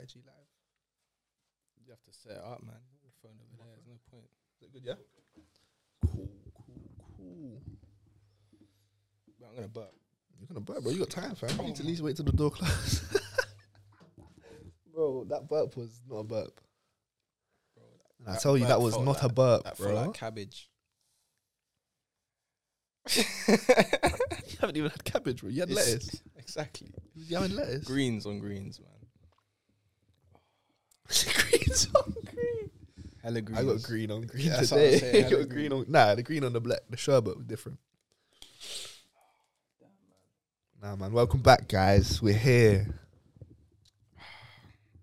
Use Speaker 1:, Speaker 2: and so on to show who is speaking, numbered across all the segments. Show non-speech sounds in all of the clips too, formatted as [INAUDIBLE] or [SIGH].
Speaker 1: IG Live.
Speaker 2: You have to set it up, man. Your phone over there. There's no point.
Speaker 1: Is it good? Yeah. Cool, cool, cool.
Speaker 2: But I'm gonna burp.
Speaker 1: You're gonna burp, bro. You got time, fam. You need to at least wait till the door closes. [LAUGHS] bro, that burp was not a burp.
Speaker 2: Bro, that,
Speaker 1: And I
Speaker 2: That
Speaker 1: tell you, that
Speaker 2: burp
Speaker 1: was
Speaker 2: felt
Speaker 1: not a
Speaker 2: like-
Speaker 1: burp,
Speaker 2: that
Speaker 1: bro.
Speaker 2: felt like cabbage.
Speaker 1: you haven't even had cabbage, bro. You
Speaker 2: [LAUGHS]
Speaker 1: had
Speaker 2: It's-
Speaker 1: lettuce.
Speaker 2: Exactly.
Speaker 1: You having lettuce?
Speaker 2: Greens on greens, man.
Speaker 1: Green's on [LAUGHS] green.
Speaker 2: Hella greens.
Speaker 1: I got green on green
Speaker 2: Yeah, that's what I'm
Speaker 1: today. [LAUGHS]
Speaker 2: saying. I
Speaker 1: I
Speaker 2: had
Speaker 1: got
Speaker 2: a
Speaker 1: green on nah, the green on the black. The sherbet was different. Nah, man. Welcome back, guys. We're here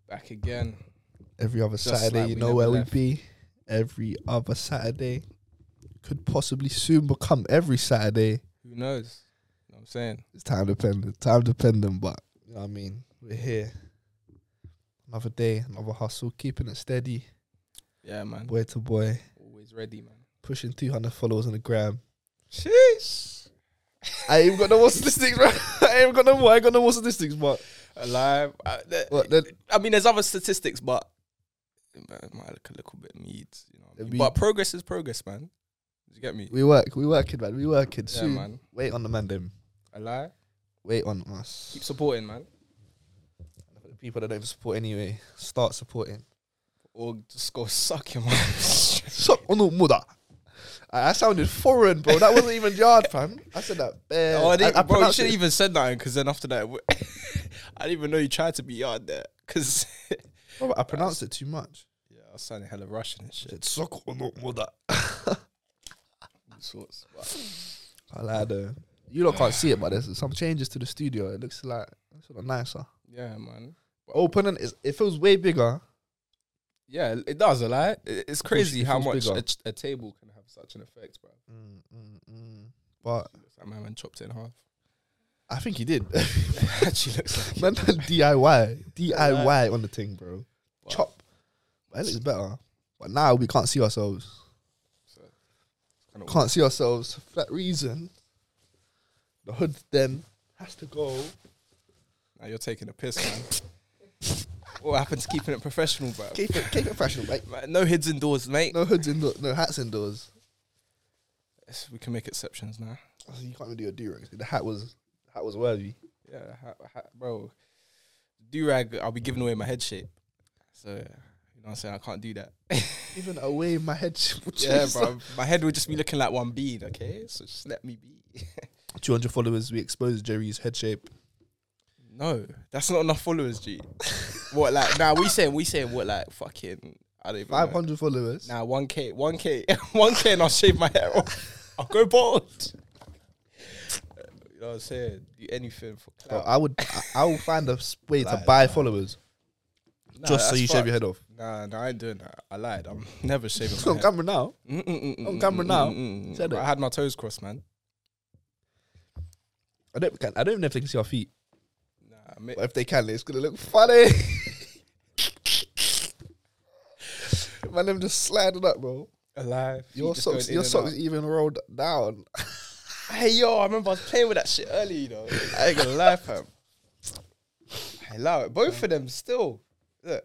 Speaker 2: Back again.
Speaker 1: every other
Speaker 2: Just
Speaker 1: Saturday.
Speaker 2: like
Speaker 1: you
Speaker 2: we
Speaker 1: know
Speaker 2: never
Speaker 1: where
Speaker 2: left.
Speaker 1: we be. Every other Saturday could possibly soon become every Saturday.
Speaker 2: Who knows? You know what I'm saying?
Speaker 1: It's time dependent. Time dependent, but you know what I mean. We're here. Another day, another hustle, keeping it steady,
Speaker 2: Yeah, man.
Speaker 1: boy to boy,
Speaker 2: Always ready, man.
Speaker 1: pushing 200 followers on the gram.
Speaker 2: Sheesh.
Speaker 1: I ain't got no more statistics, bro. [LAUGHS] I ain't got no more. I ain't got no more statistics, but
Speaker 2: Alive. I, th-
Speaker 1: What, the-
Speaker 2: I mean, there's other statistics, but it might- might look a little bit mead, you know. What I
Speaker 1: It'd
Speaker 2: mean?
Speaker 1: be-
Speaker 2: But progress is progress, man. Did you get me?
Speaker 1: we work, we working, man. We working.
Speaker 2: Yeah,
Speaker 1: Soon.
Speaker 2: man.
Speaker 1: Wait on the man, them.
Speaker 2: Alive.
Speaker 1: Wait on us.
Speaker 2: Keep supporting, man.
Speaker 1: For the people that don't support anyway, start supporting.
Speaker 2: Or just go [LAUGHS] suck your man.
Speaker 1: Suck on the Oh, mother. I, I sounded foreign, bro. That wasn't even yard, fam. I said that. Bare.
Speaker 2: Oh, I didn't, bro,
Speaker 1: I
Speaker 2: you
Speaker 1: pronounced
Speaker 2: shouldn't
Speaker 1: it-
Speaker 2: even said nothing because then after that, w- [LAUGHS] I didn't even know you tried to be yard there because
Speaker 1: bro, I pronounced it too much.
Speaker 2: [LAUGHS] yeah, I was sounding hella Russian and
Speaker 1: I
Speaker 2: shit.
Speaker 1: said, Suck on the [LAUGHS] mother.
Speaker 2: All sorts. But
Speaker 1: I lied. Uh, you lot can't see it, but there's some changes to the studio. It looks like it's sort of nicer.
Speaker 2: yeah, man.
Speaker 1: Opening is it feels way bigger.
Speaker 2: Yeah, it does a lot. It- It's crazy
Speaker 1: it
Speaker 2: how much
Speaker 1: feels
Speaker 2: a,
Speaker 1: bigger.
Speaker 2: ch- a table can have such an effect, bro.
Speaker 1: Mm, mm, mm. But
Speaker 2: Looks like my man chopped it in half.
Speaker 1: I think he did. [LAUGHS]
Speaker 2: [LAUGHS] Actually, looks like
Speaker 1: Man done DIY. DIY on the thing, bro.
Speaker 2: Wow.
Speaker 1: Chop. That looks better. But now we can't see ourselves.
Speaker 2: So, it's kinda
Speaker 1: Can't see ourselves for that reason. The hood then has to go.
Speaker 2: weird. Now you're taking a piss, man. [LAUGHS] what happened to keeping it professional, bro?
Speaker 1: Keep it keep it professional, mate.
Speaker 2: Man, no hoods indoors, mate.
Speaker 1: No hoods indoors, no hats indoors.
Speaker 2: We can make exceptions now.
Speaker 1: So you can't even do your do The hat was the hat was worthy.
Speaker 2: Yeah, ha, ha, bro. Do rag, I'll be giving away my head shape. So, you know what I'm saying? I can't do
Speaker 1: [LAUGHS]
Speaker 2: that.
Speaker 1: Even away my head. [LAUGHS]
Speaker 2: yeah, bro. My head would just be looking like one bead, okay? So just let me be.
Speaker 1: Two hundred followers, we exposed Jerry's head shape.
Speaker 2: no, that's not enough followers, G. what, like, now nah, we saying, we saying what, like, fucking, I don't even
Speaker 1: Five
Speaker 2: know.
Speaker 1: hundred followers.
Speaker 2: Nah, 1K, [LAUGHS] 1K, 1K, and I'll shave my hair off. I'll go bald. [LAUGHS] you know what I'm saying? Do anything for
Speaker 1: Bro,
Speaker 2: clout.
Speaker 1: I would I, I will find a s- way to
Speaker 2: Like,
Speaker 1: buy followers.
Speaker 2: Nah,
Speaker 1: just so
Speaker 2: that's
Speaker 1: you shave
Speaker 2: fucked.
Speaker 1: your head off.
Speaker 2: Nah, nah, I ain't doing that. I lied. I'm [LAUGHS] never shaving
Speaker 1: It's
Speaker 2: my
Speaker 1: on
Speaker 2: head. Mm,
Speaker 1: camera now.
Speaker 2: On
Speaker 1: On camera
Speaker 2: mm,
Speaker 1: now. Said
Speaker 2: I
Speaker 1: it.
Speaker 2: had my toes crossed, man.
Speaker 1: I don't. Can, I don't even know if they can see our feet.
Speaker 2: Nah, I mean,
Speaker 1: But if they can, it's gonna look funny. Man, them just sliding up, bro.
Speaker 2: alive. Feet
Speaker 1: Your
Speaker 2: just going
Speaker 1: socks,
Speaker 2: in
Speaker 1: your
Speaker 2: and
Speaker 1: socks even rolled down.
Speaker 2: out. Hey yo, I remember I was playing with that shit earlier. You know, I ain't gonna lie, fam. I love it. Both of them still. Look.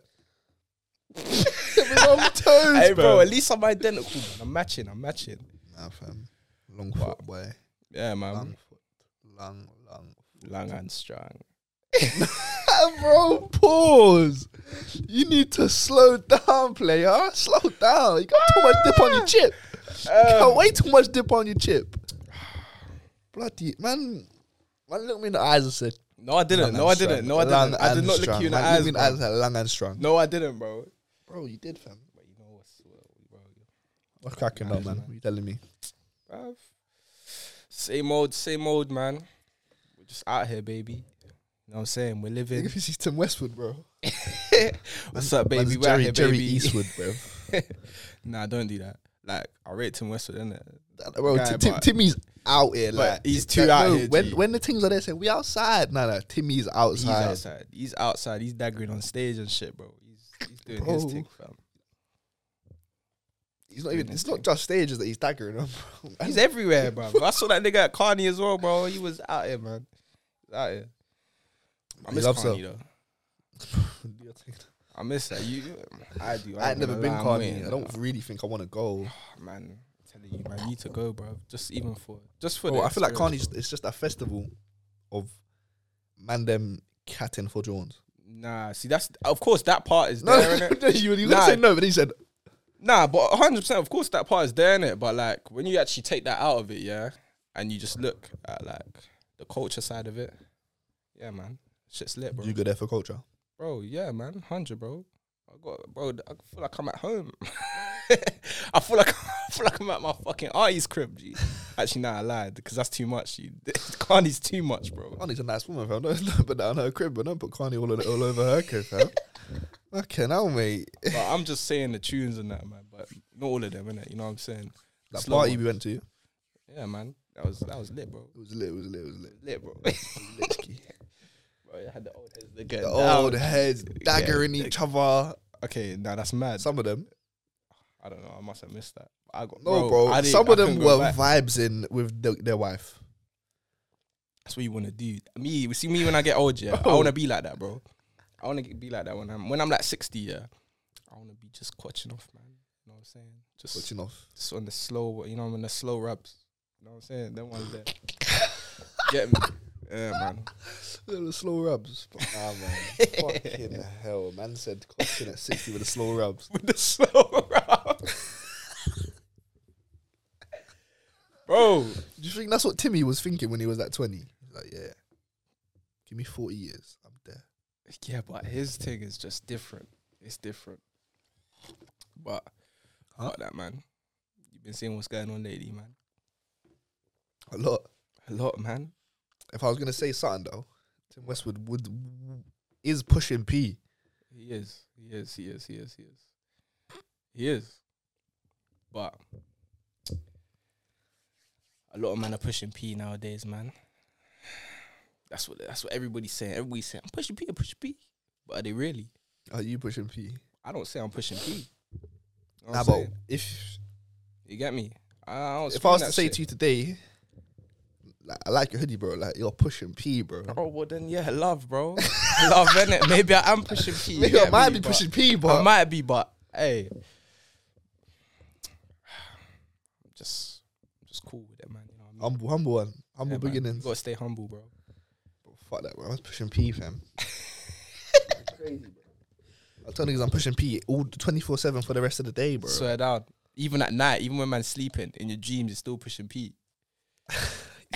Speaker 1: Even on my toes,
Speaker 2: Hey bro,
Speaker 1: bro.
Speaker 2: at least I'm identical. Man. I'm matching. I'm matching.
Speaker 1: Nah, fam. Long foot, boy.
Speaker 2: Yeah, man.
Speaker 1: Long foot. Long, long.
Speaker 2: Long and strong.
Speaker 1: bro, pause. You need to slow down, player. Slow down. You got too much dip on your chip. You
Speaker 2: Um,
Speaker 1: got way too much dip on your chip. [SIGHS] Bloody man. Man looked me in the eyes and said,
Speaker 2: [LAUGHS] No, I didn't.
Speaker 1: "Long
Speaker 2: No, I
Speaker 1: and
Speaker 2: didn't.
Speaker 1: strong,
Speaker 2: No, I didn't.
Speaker 1: long
Speaker 2: I did
Speaker 1: and
Speaker 2: not look
Speaker 1: strong."
Speaker 2: you in the
Speaker 1: Man
Speaker 2: eyes.
Speaker 1: looked me
Speaker 2: bro.
Speaker 1: in the eyes and said, long and strong.
Speaker 2: No, I didn't, bro.
Speaker 1: Bro, you did, fam.
Speaker 2: But you know what's, bro.
Speaker 1: What's cracking
Speaker 2: Nice,
Speaker 1: up, man?
Speaker 2: man.
Speaker 1: What you telling me?
Speaker 2: Bruv. Same old, same old, man. We're just out here, baby. You know what I'm saying? We're
Speaker 1: [LAUGHS]
Speaker 2: living.
Speaker 1: Nigga, he's Tim Westwood, bro.
Speaker 2: What's up, baby?
Speaker 1: Man's
Speaker 2: We're out
Speaker 1: Jerry,
Speaker 2: here,
Speaker 1: Jerry
Speaker 2: baby.
Speaker 1: Eastwood, bro.
Speaker 2: [LAUGHS] nah, don't do that. Like, I rate Tim Westwood, innit?
Speaker 1: bro,
Speaker 2: Guy,
Speaker 1: Ti- Ti-
Speaker 2: but-
Speaker 1: Timmy's out here,
Speaker 2: but
Speaker 1: like
Speaker 2: he's
Speaker 1: it-
Speaker 2: too
Speaker 1: like,
Speaker 2: out
Speaker 1: no,
Speaker 2: here,
Speaker 1: When
Speaker 2: G.
Speaker 1: when the things are there saying we outside, nah, nah, Timmy's
Speaker 2: He's
Speaker 1: outside.
Speaker 2: outside. He's outside. He's daggering on stage and shit, bro. He's, he's doing his
Speaker 1: Bro.
Speaker 2: thing, fam.
Speaker 1: He's not even.
Speaker 2: doing
Speaker 1: It's
Speaker 2: his
Speaker 1: not
Speaker 2: thing.
Speaker 1: just stages that he's daggering on. bro.
Speaker 2: He's everywhere, bro. I saw that nigga at Carney as well, bro. He was out here, man. He's out here. I
Speaker 1: He
Speaker 2: miss
Speaker 1: loves
Speaker 2: Carney, though.
Speaker 1: You're taking-
Speaker 2: I miss that. You, you- I do.
Speaker 1: I ain't never been Cardi.
Speaker 2: carny.
Speaker 1: I don't really think I want to go.
Speaker 2: Ah, man. I'm telling you, man, you need to go, bro. Just even for just for.
Speaker 1: Bro,
Speaker 2: the
Speaker 1: I feel like
Speaker 2: experience.
Speaker 1: Carney's it's just a festival of man them catting for Jones.
Speaker 2: Nah, see, that's of course that part is
Speaker 1: No,
Speaker 2: there. innit? [LAUGHS]
Speaker 1: no, you, you
Speaker 2: Nah.
Speaker 1: gotta say no, but he said
Speaker 2: Nah, but 100, percent of course that part is there in it. But like when you actually take that out of it, yeah, and you just look at like the culture side of it, yeah, man, shit's lit, bro.
Speaker 1: you go there for culture.
Speaker 2: Bro, yeah, man, hundred, bro. I got, bro. I feel like I'm at home. [LAUGHS] I feel like [LAUGHS] I feel like I'm at my fucking auntie's crib. G. Actually, nah, I lied because that's too much. [LAUGHS] You, Carney's too much, bro.
Speaker 1: Carney's a nice woman, fam. [LAUGHS] Don't don't put that on her crib, but don't put Carney all, o- all over her crib, [LAUGHS] fam. okay, now mate,
Speaker 2: But I'm just saying the tunes and that, man. But not all of them, innit? You know what I'm saying?
Speaker 1: that
Speaker 2: Slow
Speaker 1: party
Speaker 2: one.
Speaker 1: we went to, it
Speaker 2: Yeah, man. That was that was lit, bro.
Speaker 1: was lit, it was lit, it was lit.
Speaker 2: Lit, bro. [LAUGHS] bro, you had the old heads. They
Speaker 1: The old heads daggering
Speaker 2: Yeah.
Speaker 1: each other.
Speaker 2: Okay, now that's mad.
Speaker 1: Some of them,
Speaker 2: I don't know. I must have missed that. I got
Speaker 1: no, bro.
Speaker 2: I didn't-
Speaker 1: Some
Speaker 2: I
Speaker 1: of them
Speaker 2: couldn't go
Speaker 1: were
Speaker 2: back.
Speaker 1: vibes in with the, their wife.
Speaker 2: That's what you want to do. Me, you see me when I get old, yeah. I
Speaker 1: Bro.
Speaker 2: want to be like that, bro. I want to be like that when I'm when I'm like sixty, yeah. I want to be just clutching off, man. You know what I'm saying? Just,
Speaker 1: But you know,
Speaker 2: just on the slow, you know, on the slow rubs. You know what I'm saying? Them ones [LAUGHS] there. Get me? Yeah,
Speaker 1: [LAUGHS]
Speaker 2: man.
Speaker 1: the slow rubs. Nah, man. Fucking hell, man said clocking at 60 with the slow rubs.
Speaker 2: With the [LAUGHS] slow rubs, bro.
Speaker 1: Do you think that's what Timmy was thinking when he was at 20? He's like, yeah, give me 40 years. I'm there.
Speaker 2: Yeah, but his thing is just different. It's different. But
Speaker 1: Huh?
Speaker 2: fuck that man. You've been seeing what's going on lately, man.
Speaker 1: A lot.
Speaker 2: A lot, man.
Speaker 1: If I was going to say something, though, Tim Westwood would is pushing P.
Speaker 2: He is. He is. He is. He is. He is. He is. But a lot of men are pushing P nowadays, man. That's what that's what everybody's saying. Everybody's saying, I'm pushing P, I'm pushing P. But are they really?
Speaker 1: Are you pushing P?
Speaker 2: I don't say I'm pushing P. You know what
Speaker 1: Nah,
Speaker 2: I'm
Speaker 1: but
Speaker 2: saying?
Speaker 1: if,
Speaker 2: you get me? I, I don't
Speaker 1: if I
Speaker 2: scream
Speaker 1: was to
Speaker 2: that
Speaker 1: say
Speaker 2: shit.
Speaker 1: to you today, like, I like your hoodie, bro. Like, you're pushing P, bro.
Speaker 2: Oh well, then yeah, love, bro, [LAUGHS] love, innit? Maybe I am pushing P. you
Speaker 1: Maybe I
Speaker 2: get
Speaker 1: might
Speaker 2: me,
Speaker 1: be
Speaker 2: but-
Speaker 1: pushing P,
Speaker 2: I
Speaker 1: but
Speaker 2: might be, but hey, [SIGHS] just, just cool with it, man. You know what I mean?
Speaker 1: humble, humble one. Humble
Speaker 2: Yeah, man,
Speaker 1: beginnings.
Speaker 2: You gotta stay humble, bro.
Speaker 1: Fuck that, bro. I was pushing
Speaker 2: [LAUGHS]
Speaker 1: P, fam. I told niggas I'm pushing P all 24 7 for the rest of the day, bro.
Speaker 2: Swear down. Even at night, even when man's sleeping in your dreams, you're still pushing P.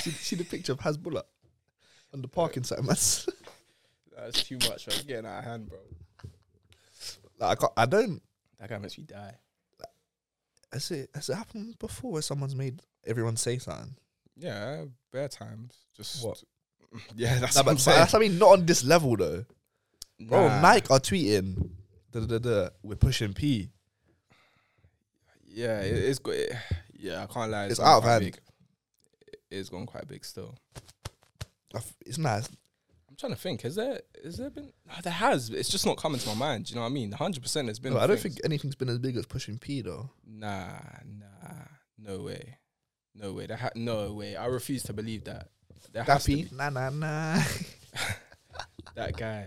Speaker 1: see, see the picture of Hasbullah on the parking site, man. [LAUGHS]
Speaker 2: That's too much. Bro. It's getting out of hand, bro.
Speaker 1: like, I, can't, I don't.
Speaker 2: That guy makes me die.
Speaker 1: Has it, has it happened before where someone's made everyone say something?
Speaker 2: Yeah, bare times. Just
Speaker 1: What?
Speaker 2: [LAUGHS] Yeah, that's what
Speaker 1: Nah,
Speaker 2: I'm
Speaker 1: but, but
Speaker 2: saying.
Speaker 1: that's, I mean, not on this level, though. [LAUGHS] Bro,
Speaker 2: Nah.
Speaker 1: Nike are tweeting, duh, duh, duh, duh, we're pushing P.
Speaker 2: Yeah, it, [SIGHS] it's good. yeah, I can't lie.
Speaker 1: It's
Speaker 2: gone
Speaker 1: out of
Speaker 2: quite
Speaker 1: hand.
Speaker 2: Big. It's gone quite big still.
Speaker 1: I f- It's nice.
Speaker 2: I'm trying to think. Has there is there been? No, there has. It's just not coming to my mind. Do you know what I mean? 100. percent There's been.
Speaker 1: No, I don't
Speaker 2: things.
Speaker 1: think anything's been as big as pushing P, though.
Speaker 2: Nah, nah, no way, no way. That ha- no way. I refuse to believe that. There has
Speaker 1: That
Speaker 2: to
Speaker 1: P?
Speaker 2: be
Speaker 1: Nah, nah, nah. [LAUGHS]
Speaker 2: that guy.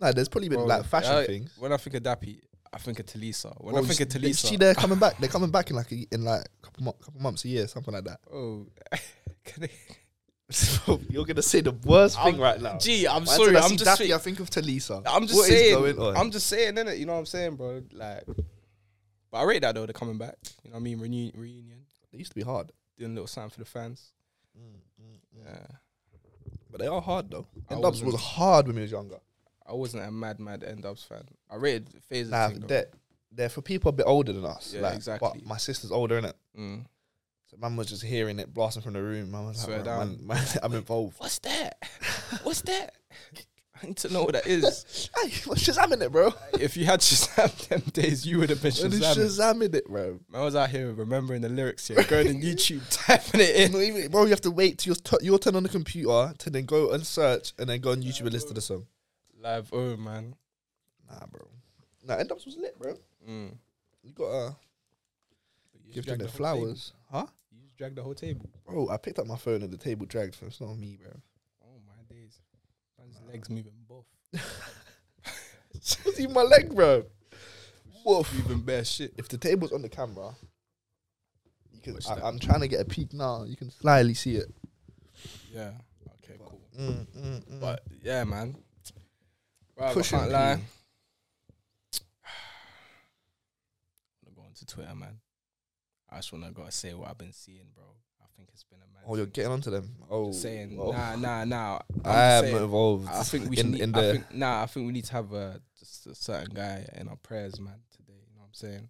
Speaker 1: nah, there's probably been
Speaker 2: Bro,
Speaker 1: like fashion
Speaker 2: I-
Speaker 1: things. Oh,
Speaker 2: When I think of Dappy, I think of Talisa. When
Speaker 1: Bro,
Speaker 2: I think
Speaker 1: you
Speaker 2: of
Speaker 1: s- they- See,
Speaker 2: Talisa,
Speaker 1: they're coming back. They're coming back in like a, in like a couple, mo- couple months, a year, something like that. [LAUGHS]
Speaker 2: oh, [LAUGHS] can I-
Speaker 1: You're gonna say the worst
Speaker 2: I'm- Gee, I'm sorry. I'm just.
Speaker 1: Daffy,
Speaker 2: think-
Speaker 1: Oh. I think of Talisa.
Speaker 2: I'm just
Speaker 1: What is
Speaker 2: saying.
Speaker 1: going on?
Speaker 2: I'm just saying, innit? You know what I'm saying, bro? Like, but I rate that though. They're coming back. You know what I mean? Reunion, reunion,
Speaker 1: They used to be hard,
Speaker 2: doing a little something for the fans. Yeah.
Speaker 1: but they are hard though.
Speaker 2: I
Speaker 1: And Dubs was
Speaker 2: wasn't-
Speaker 1: hard when we was younger.
Speaker 2: I wasn't a mad mad N Dubs fan. I rated Phases.
Speaker 1: Nah, they're, they're for people a bit older than us.
Speaker 2: Yeah,
Speaker 1: like,
Speaker 2: exactly.
Speaker 1: But my sister's older, innit?
Speaker 2: mm.
Speaker 1: So man was just hearing it blasting from the room. Man was like,
Speaker 2: Swear
Speaker 1: "Bro, man,
Speaker 2: down.
Speaker 1: man, [LAUGHS]
Speaker 2: [LAUGHS]
Speaker 1: I'm involved.
Speaker 2: What's that? What's that? [LAUGHS] I need to know what that
Speaker 1: [LAUGHS]
Speaker 2: is.
Speaker 1: hey, what's Shazam in it, bro?
Speaker 2: if you had Shazam [LAUGHS] them days, you would have been
Speaker 1: What is
Speaker 2: Shazam.
Speaker 1: [LAUGHS] Shazam in it, bro?
Speaker 2: I was out here remembering the lyrics here, going
Speaker 1: [LAUGHS]
Speaker 2: on YouTube, typing it in.
Speaker 1: Not even- bro, [LAUGHS] you have to wait till your, t- your turn on the computer to then go and search and then go on YouTube and listen to the song.
Speaker 2: Live, oh man.
Speaker 1: Nah, bro. Nah, End Ups was lit, bro.
Speaker 2: Mm.
Speaker 1: You gotta
Speaker 2: You
Speaker 1: give
Speaker 2: just dragged
Speaker 1: them
Speaker 2: the
Speaker 1: their
Speaker 2: whole
Speaker 1: flowers. Huh?
Speaker 2: table. You just dragged the whole table.
Speaker 1: Bro, I picked up my phone and the table dragged for it's not on me, bro. [LAUGHS]
Speaker 2: Oh my days. Man's legs moving both.
Speaker 1: was even my leg, bro. Woof.
Speaker 2: Even bare shit.
Speaker 1: If the table's on the camera, you can.
Speaker 2: Watch that.
Speaker 1: I, I'm trying to get a peek now. You can slyly see it.
Speaker 2: Yeah. Okay. Cool.
Speaker 1: Mm, mm, mm.
Speaker 2: But yeah, man. Right,
Speaker 1: Push
Speaker 2: I can't
Speaker 1: it,
Speaker 2: lie.
Speaker 1: P.
Speaker 2: I'm [SIGHS] going to Twitter, man. I just wanna gotta say what I've been seeing, bro. I think it's been a man.
Speaker 1: oh, you're getting onto them. Oh,
Speaker 2: saying
Speaker 1: oh.
Speaker 2: nah, nah, nah. I'm
Speaker 1: [LAUGHS] I am
Speaker 2: just saying,
Speaker 1: involved.
Speaker 2: I think we should.
Speaker 1: in,
Speaker 2: need,
Speaker 1: in
Speaker 2: I
Speaker 1: the.
Speaker 2: think, nah, I think we need to have a just a certain guy in our prayers, man. Today, you know what I'm saying?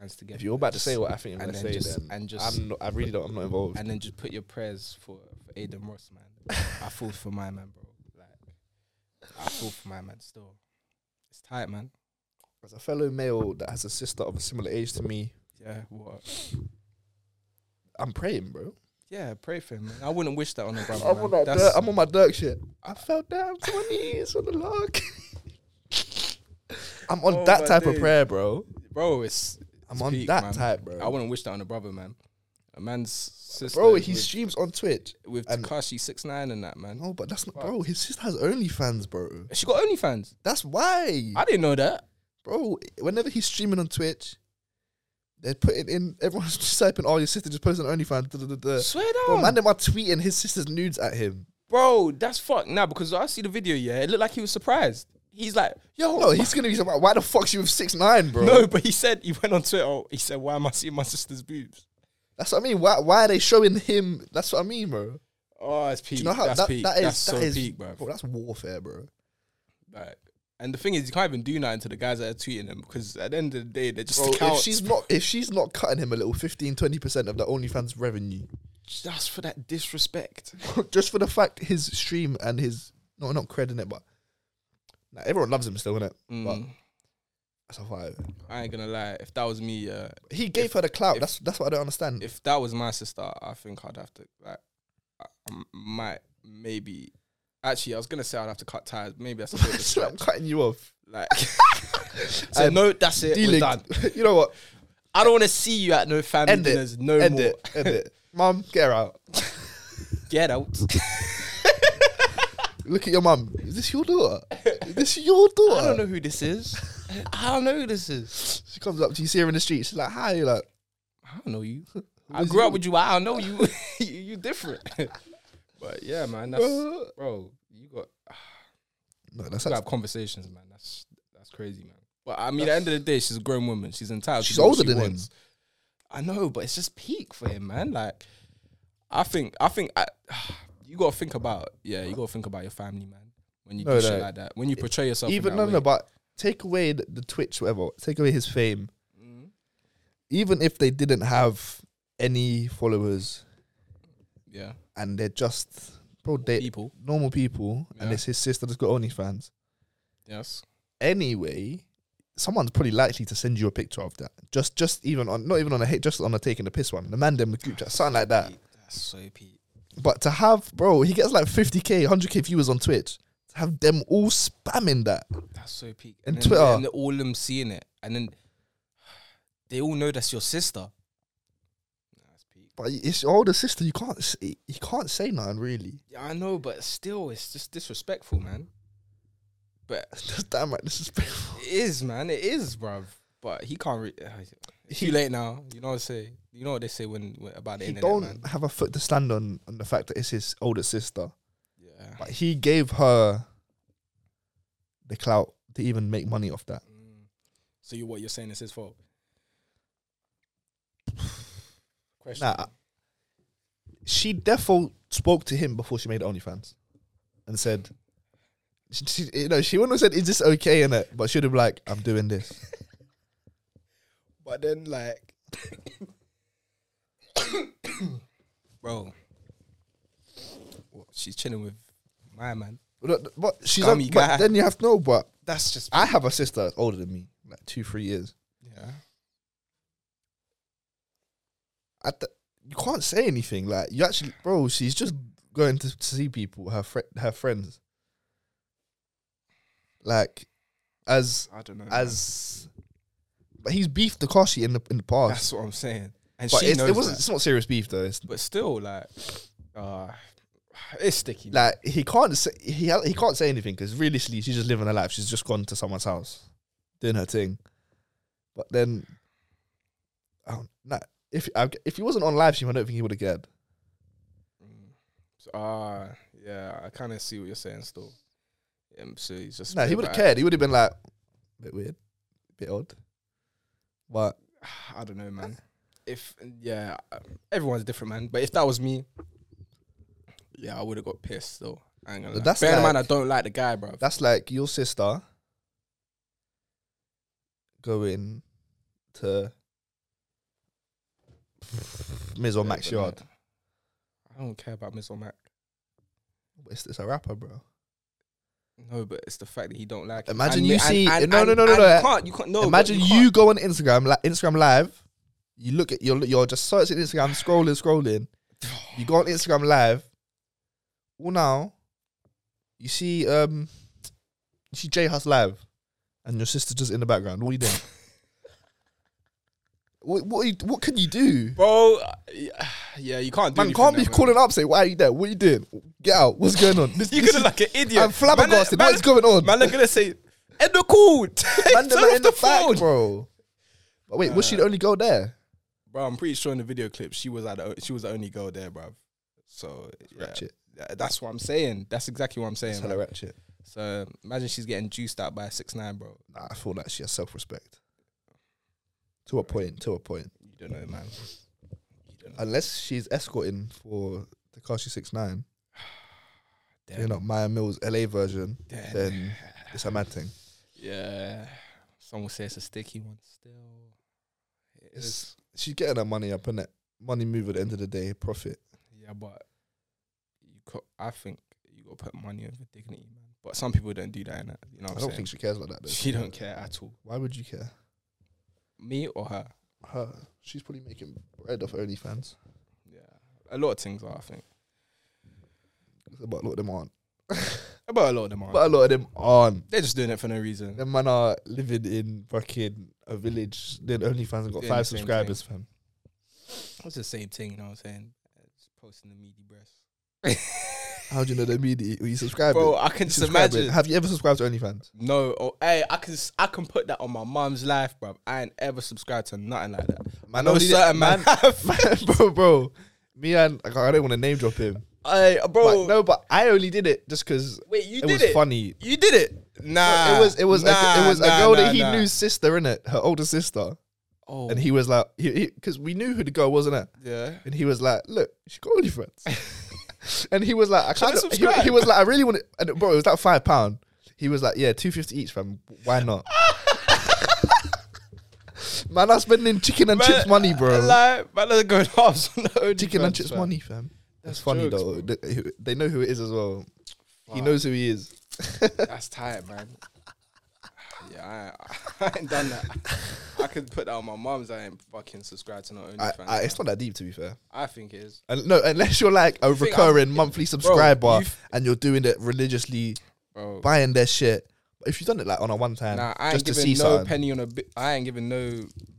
Speaker 2: Hands together.
Speaker 1: If you're about to say what I think you're
Speaker 2: and
Speaker 1: gonna
Speaker 2: then
Speaker 1: say,
Speaker 2: just-
Speaker 1: then
Speaker 2: and just-
Speaker 1: I'm not, I really don't. I'm not involved.
Speaker 2: and then just put your prayers for, for Aiden Ross, man.
Speaker 1: [LAUGHS]
Speaker 2: I feel for my man, bro. Like, I feel for my man still. It's tight, man.
Speaker 1: As a fellow male that has a sister of a similar age to me,
Speaker 2: Yeah, what?
Speaker 1: I'm praying, bro.
Speaker 2: Yeah, pray for him, man. I wouldn't wish
Speaker 1: [LAUGHS]
Speaker 2: that on a brother.
Speaker 1: I'm
Speaker 2: man.
Speaker 1: on, that
Speaker 2: That's-
Speaker 1: Dirk, I'm on my Dirk shit. I fell down to my knees on the log. [LAUGHS] I'm on
Speaker 2: Oh
Speaker 1: that
Speaker 2: my
Speaker 1: type of
Speaker 2: days.
Speaker 1: prayer, bro.
Speaker 2: bro, it's.
Speaker 1: I'm
Speaker 2: it's
Speaker 1: on
Speaker 2: peak,
Speaker 1: that
Speaker 2: man.
Speaker 1: type, bro.
Speaker 2: I wouldn't wish that on a brother, man. A man's sister.
Speaker 1: bro, he
Speaker 2: with-
Speaker 1: streams on Twitch.
Speaker 2: with
Speaker 1: and-
Speaker 2: Takashi six nine and that man.
Speaker 1: No, but that's not, bro. His sister has OnlyFans, bro.
Speaker 2: She got OnlyFans.
Speaker 1: That's why,
Speaker 2: I didn't know that.
Speaker 1: bro. Whenever he's streaming on Twitch, they're putting in. Everyone's [LAUGHS] just typing, "Oh, your sister just posted on OnlyFans." Duh, duh, duh, duh.
Speaker 2: Swear
Speaker 1: Bro,
Speaker 2: down,
Speaker 1: man, them are tweeting his sister's nudes at him.
Speaker 2: bro. That's fucked now because I see the video. Yeah, it looked like he was surprised. He's like, yo,
Speaker 1: No, he's gonna be like, "Why the fuck's you with six nine, bro?"
Speaker 2: No, but he said he went on Twitter. oh, He said, "Why am I seeing my sister's boobs?"
Speaker 1: That's what I mean. Why, why are they showing him? That's what I mean, bro.
Speaker 2: Oh, it's peak.
Speaker 1: Do you know how
Speaker 2: that's
Speaker 1: that,
Speaker 2: peak.
Speaker 1: that is?
Speaker 2: that's so
Speaker 1: that is-
Speaker 2: peak, bro.
Speaker 1: That's warfare, bro.
Speaker 2: Like, and the thing is, you can't even do nothing to the guys that are tweeting him because at the end of the day, they're just
Speaker 1: Bro, if
Speaker 2: accounts.
Speaker 1: she's not, if she's not cutting him a little 15, 20 percent of the OnlyFans revenue, [LAUGHS]
Speaker 2: just for that disrespect.
Speaker 1: just for the fact his stream and his no, not crediting it, but nah, everyone loves him still, innit? But
Speaker 2: Mm,
Speaker 1: that's a vibe.
Speaker 2: I ain't gonna lie. If that was me, uh,
Speaker 1: He gave her the clout.
Speaker 2: if-
Speaker 1: that's that's what I don't [LAUGHS] understand.
Speaker 2: if that was my sister, I think I'd have to like, I, I might maybe. Actually, I was gonna say I'd have to cut ties. Maybe that's a
Speaker 1: [LAUGHS]
Speaker 2: bit of a
Speaker 1: So I'm
Speaker 2: stretch.
Speaker 1: cutting you off.
Speaker 2: Like, [LAUGHS] so
Speaker 1: Um,
Speaker 2: no, that's it. We're
Speaker 1: Dealing.
Speaker 2: done.
Speaker 1: [LAUGHS] you know what?
Speaker 2: I don't want to see you at no family
Speaker 1: End it.
Speaker 2: dinners no
Speaker 1: End
Speaker 2: more.
Speaker 1: it. End it. Mom, get her out.
Speaker 2: Get out.
Speaker 1: [LAUGHS] Look at your mum. Is this
Speaker 2: [LAUGHS]
Speaker 1: your daughter? Is this your daughter?
Speaker 2: I don't know who this is. I don't know who this is.
Speaker 1: She comes up to you, see her in the street. She's like, "Hi," you're like,
Speaker 2: I don't know [LAUGHS] you. I grew up with you. I don't know you. [LAUGHS] you you different. [LAUGHS] Uh-huh. but yeah, man. That's,
Speaker 1: "Uh."
Speaker 2: bro, you got
Speaker 1: No, that's,
Speaker 2: to
Speaker 1: that's
Speaker 2: have conversations, man. That's that's crazy, man. But I mean, at the end of the day, she's a grown woman. She's entitled. to
Speaker 1: She's
Speaker 2: do what
Speaker 1: older
Speaker 2: she
Speaker 1: than him.
Speaker 2: wants. I know, but it's just peak for him, man. Like, I think, I think, I, [SIGHS] you gotta think about, yeah, you gotta think about your family, man. When you
Speaker 1: No,
Speaker 2: do shit
Speaker 1: no.
Speaker 2: like that, when you portray yourself, in
Speaker 1: even
Speaker 2: that
Speaker 1: no,
Speaker 2: way.
Speaker 1: no, but take away the, the Twitch, whatever. Take away his fame.
Speaker 2: Mm-hmm.
Speaker 1: Even if they didn't have any followers
Speaker 2: yeah,
Speaker 1: and they're just bro, they
Speaker 2: people,
Speaker 1: normal people, and
Speaker 2: Yeah.
Speaker 1: it's his sister that's got OnlyFans.
Speaker 2: yes,
Speaker 1: Anyway, someone's probably likely to send you a picture of that. Just, just even on, not even on a hit, just on a taking the piss one. The man them group chat, something like that.
Speaker 2: Peak. that's so peak.
Speaker 1: But to have, bro, he gets like 50k, 100k viewers on Twitch. To have them all spamming that.
Speaker 2: That's so peak.
Speaker 1: And
Speaker 2: then-
Speaker 1: Twitter.
Speaker 2: and then all them seeing it, and then [SIGHS] they all know that's your sister. That's peak.
Speaker 1: But it's your older sister. You can't. s- You can't say nothing really.
Speaker 2: Yeah, I know, but still, it's just disrespectful, man. But
Speaker 1: [LAUGHS] That's damn right disrespectful.
Speaker 2: it is, man. It is, bruv. But he can't. Re- [SIGHS] it's too late now. You know what I say. You know what they say when, when- about the
Speaker 1: He
Speaker 2: internet,
Speaker 1: don't
Speaker 2: man.
Speaker 1: have a foot to stand on on the fact that it's his older sister.
Speaker 2: Yeah.
Speaker 1: But he gave her the clout to even make money off that.
Speaker 2: Mm. So you what you're saying is his fault? [SIGHS] Question.
Speaker 1: Nah, she defo spoke to him before she made OnlyFans, and said, she, she, you know, she wouldn't have said, "Is this okay?" in it, but she'd have been like, "I'm doing this."
Speaker 2: But then, like, [COUGHS] bro, Well, she's chilling with my man.
Speaker 1: But, but she's
Speaker 2: Scummy
Speaker 1: on, but
Speaker 2: guy.
Speaker 1: then you have to know. But
Speaker 2: That's just
Speaker 1: I have a sister that's older than me, like two, three years.
Speaker 2: yeah.
Speaker 1: I th- you can't say anything. Like you actually, bro. She's just going to, to see people, her fri her friends. Like, as
Speaker 2: I don't know.
Speaker 1: as, but he's beefed Takashi in the in the past.
Speaker 2: that's what I'm saying, and
Speaker 1: but
Speaker 2: she
Speaker 1: it's,
Speaker 2: knows
Speaker 1: it wasn't.
Speaker 2: that.
Speaker 1: It's not serious beef though. It's
Speaker 2: But still, like, uh, It's sticky.
Speaker 1: Like he can't say, he ha- he can't say anything because realistically she's just living her life. She's just gone to someone's house, doing her thing. But then, I don't, nah, if I, if he wasn't on live stream, I don't think he would have cared.
Speaker 2: So, Ah, yeah, I kind of see what you're saying still. Um, so he's just.
Speaker 1: No,
Speaker 2: a
Speaker 1: he
Speaker 2: bit
Speaker 1: would have
Speaker 2: like-
Speaker 1: cared. He would have been like, bit weird, bit odd. But
Speaker 2: [SIGHS] I don't know, man. If yeah, um, everyone's different, man. But if that was me, yeah, I would have got pissed though. I ain't gonna lie.
Speaker 1: That's
Speaker 2: Bear in mind, I
Speaker 1: like-
Speaker 2: don't like the guy, bro.
Speaker 1: that's like your sister going to Miz or Max Yard.
Speaker 2: I don't care about Miss or Mac.
Speaker 1: It's, it's a rapper, bro.
Speaker 2: No, but it's the fact that he don't like. him.
Speaker 1: Imagine
Speaker 2: And
Speaker 1: you
Speaker 2: and-
Speaker 1: see-
Speaker 2: and-
Speaker 1: no,
Speaker 2: and-
Speaker 1: no, no, no,
Speaker 2: and
Speaker 1: no.
Speaker 2: You can't. You can't. No. Oh, but
Speaker 1: Imagine you,
Speaker 2: can't-
Speaker 1: go on Instagram, like Instagram Live. You look at you're you're just searching Instagram, scrolling, scrolling. You go on Instagram Live. Well, now you see um you see J Hus live, and your sister just in the background. What are you doing? [LAUGHS] what what, are you, what can you do?
Speaker 2: bro. [SIGHS] uh, Yeah, you can't. Do
Speaker 1: Man
Speaker 2: anything
Speaker 1: can't be
Speaker 2: now, man.
Speaker 1: calling up saying, "Why are you there? What are you doing? Get out! What's going
Speaker 2: [LAUGHS]
Speaker 1: on?" This,
Speaker 2: You're
Speaker 1: this
Speaker 2: gonna like
Speaker 1: is-
Speaker 2: an idiot.
Speaker 1: I'm flabbergasted.
Speaker 2: Man,
Speaker 1: what is going on?
Speaker 2: Man, they're gonna say, end the call. [LAUGHS] Turn
Speaker 1: Man, they're not
Speaker 2: off
Speaker 1: in the,
Speaker 2: the
Speaker 1: back,
Speaker 2: phone, Uh,
Speaker 1: bro. But wait, was she the only girl there?
Speaker 2: Bro, I'm pretty sure in the video clip she was at the, she was the only girl there, bro. So yeah.
Speaker 1: Ratchet.
Speaker 2: Yeah, that's what I'm saying. That's exactly what I'm saying.
Speaker 1: Tell her
Speaker 2: man.
Speaker 1: ratchet.
Speaker 2: So imagine she's getting juiced out by six nine, bro.
Speaker 1: Nah, I feel like she has self respect. To a point, to a point.
Speaker 2: You don't know, man. You don't know.
Speaker 1: Unless she's escorting for Takashi Six Nine,
Speaker 2: [SIGHS] Damn.
Speaker 1: you know, Maya Mills LA version,
Speaker 2: Damn.
Speaker 1: then [SIGHS] it's a
Speaker 2: [SIGHS]
Speaker 1: mad thing.
Speaker 2: Yeah. Some will say it's a sticky one still. It is.
Speaker 1: It's, she's getting her money up, innit? Money move at the end of the day, profit.
Speaker 2: Yeah, but you co- I think you gotta put money over dignity, man. But some people don't do that, innit? You know what
Speaker 1: I
Speaker 2: I'm
Speaker 1: don't
Speaker 2: saying? [LAUGHS]
Speaker 1: think she cares like that. Though.
Speaker 2: she don't care at all.
Speaker 1: Why would you care?
Speaker 2: Me or her?
Speaker 1: Her, she's probably making bread off OnlyFans,
Speaker 2: Yeah. A lot of things are, I
Speaker 1: [LAUGHS]
Speaker 2: think.
Speaker 1: but a lot of them aren't.
Speaker 2: But a lot of them are.
Speaker 1: But a lot of them aren't.
Speaker 2: They're just doing it for no reason.
Speaker 1: Them man are living in fucking a village. Then OnlyFans have got
Speaker 2: Doing the
Speaker 1: five
Speaker 2: same
Speaker 1: subscribers, fam.
Speaker 2: It's the same thing, you know what I'm saying? Just posting the meaty breast.
Speaker 1: How do you know they're media? Are you subscribing?
Speaker 2: Bro, I can just
Speaker 1: Subscribe it.
Speaker 2: imagine.
Speaker 1: Have you ever subscribed to OnlyFans?
Speaker 2: No, oh, hey, I can s- I can put that on my mum's life, bro. I ain't ever subscribed to nothing like that.
Speaker 1: Man,
Speaker 2: No
Speaker 1: only-
Speaker 2: certain man, have.
Speaker 1: [LAUGHS] man, bro, bro. Me and I can't- I don't want to name drop him.
Speaker 2: [LAUGHS] Hey, bro.
Speaker 1: But no, but I only did it just because
Speaker 2: wait, you
Speaker 1: it
Speaker 2: did
Speaker 1: was
Speaker 2: it.
Speaker 1: funny.
Speaker 2: You did it. Nah,
Speaker 1: it was it was a,
Speaker 2: nah,
Speaker 1: it was
Speaker 2: nah,
Speaker 1: a girl
Speaker 2: nah,
Speaker 1: that he
Speaker 2: nah.
Speaker 1: knew sister in it, her older sister,
Speaker 2: Oh,
Speaker 1: and he was like, because we knew who the girl was in it,
Speaker 2: yeah.
Speaker 1: and he was like, look, she got only friends,
Speaker 2: [LAUGHS]
Speaker 1: and he was like, I
Speaker 2: Should I
Speaker 1: kind of, he,
Speaker 2: subscribe?
Speaker 1: he was like, I really want to, bro, it was like five pound. He was like, yeah, two fifty each, fam. Why
Speaker 2: [LAUGHS]
Speaker 1: not? Man, I'm spending chicken and chips money, bro.
Speaker 2: Like, man, that's going halves [LAUGHS] on the only
Speaker 1: Chicken and chips
Speaker 2: fam.
Speaker 1: money, fam. That's,
Speaker 2: That's
Speaker 1: funny
Speaker 2: jokes,
Speaker 1: though. They, who- they know who it is as well. He
Speaker 2: Fuck.
Speaker 1: knows who he is.
Speaker 2: That's tight, man. [SIGHS] yeah, I, I ain't [LAUGHS] done that. I could put that on my mum's. I ain't fucking subscribed to no
Speaker 1: I,
Speaker 2: OnlyFans.
Speaker 1: I,
Speaker 2: I,
Speaker 1: it's not that deep, to be fair.
Speaker 2: think it is,
Speaker 1: And no, unless you're like a
Speaker 2: think
Speaker 1: recurring monthly subscriber
Speaker 2: you've-
Speaker 1: and you're doing it religiously,
Speaker 2: bro.
Speaker 1: buying their shit. But if you've done it like on a one time,
Speaker 2: Nah, I ain't
Speaker 1: just to
Speaker 2: giving
Speaker 1: see
Speaker 2: no
Speaker 1: something,
Speaker 2: penny on a. Bi- I ain't giving no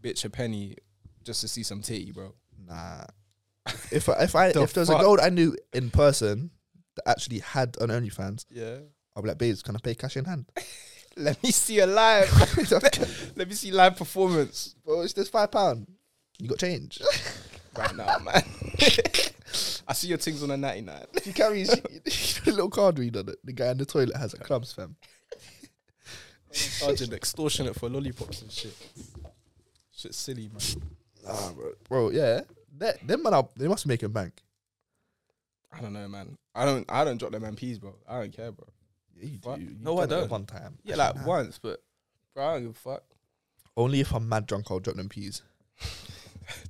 Speaker 2: bitch a penny just to see some titty, bro.
Speaker 1: nah. [LAUGHS] If I, if I
Speaker 2: The
Speaker 1: if there's a
Speaker 2: fuck?
Speaker 1: girl I knew in person that actually had an OnlyFans,
Speaker 2: Yeah.
Speaker 1: I'd be like, babes, can I pay cash
Speaker 2: [LAUGHS]
Speaker 1: in hand? [LAUGHS]
Speaker 2: Let me see a live. [LAUGHS] Let me see live performance
Speaker 1: Bro, it's just five pound. You
Speaker 2: [LAUGHS]
Speaker 1: got change.
Speaker 2: right now, man. [LAUGHS] I see your things on a ninety nine.
Speaker 1: He carries [LAUGHS] a little card reader that the guy in the toilet has at clubs, fam.
Speaker 2: Charging extortionate for lollipops and shit. Shit's silly, man.
Speaker 1: Nah, bro. Bro, yeah. That, them man, are, they must be making bank.
Speaker 2: I don't know, man. I don't. I don't drop them MPs, bro. I don't care, bro.
Speaker 1: Yeah, you
Speaker 2: What?
Speaker 1: do. You
Speaker 2: No, I
Speaker 1: done it
Speaker 2: don't.
Speaker 1: One time.
Speaker 2: Yeah, like once, but bro, I don't give a fuck.
Speaker 1: Only if I'm mad drunk, I'll drop them peas.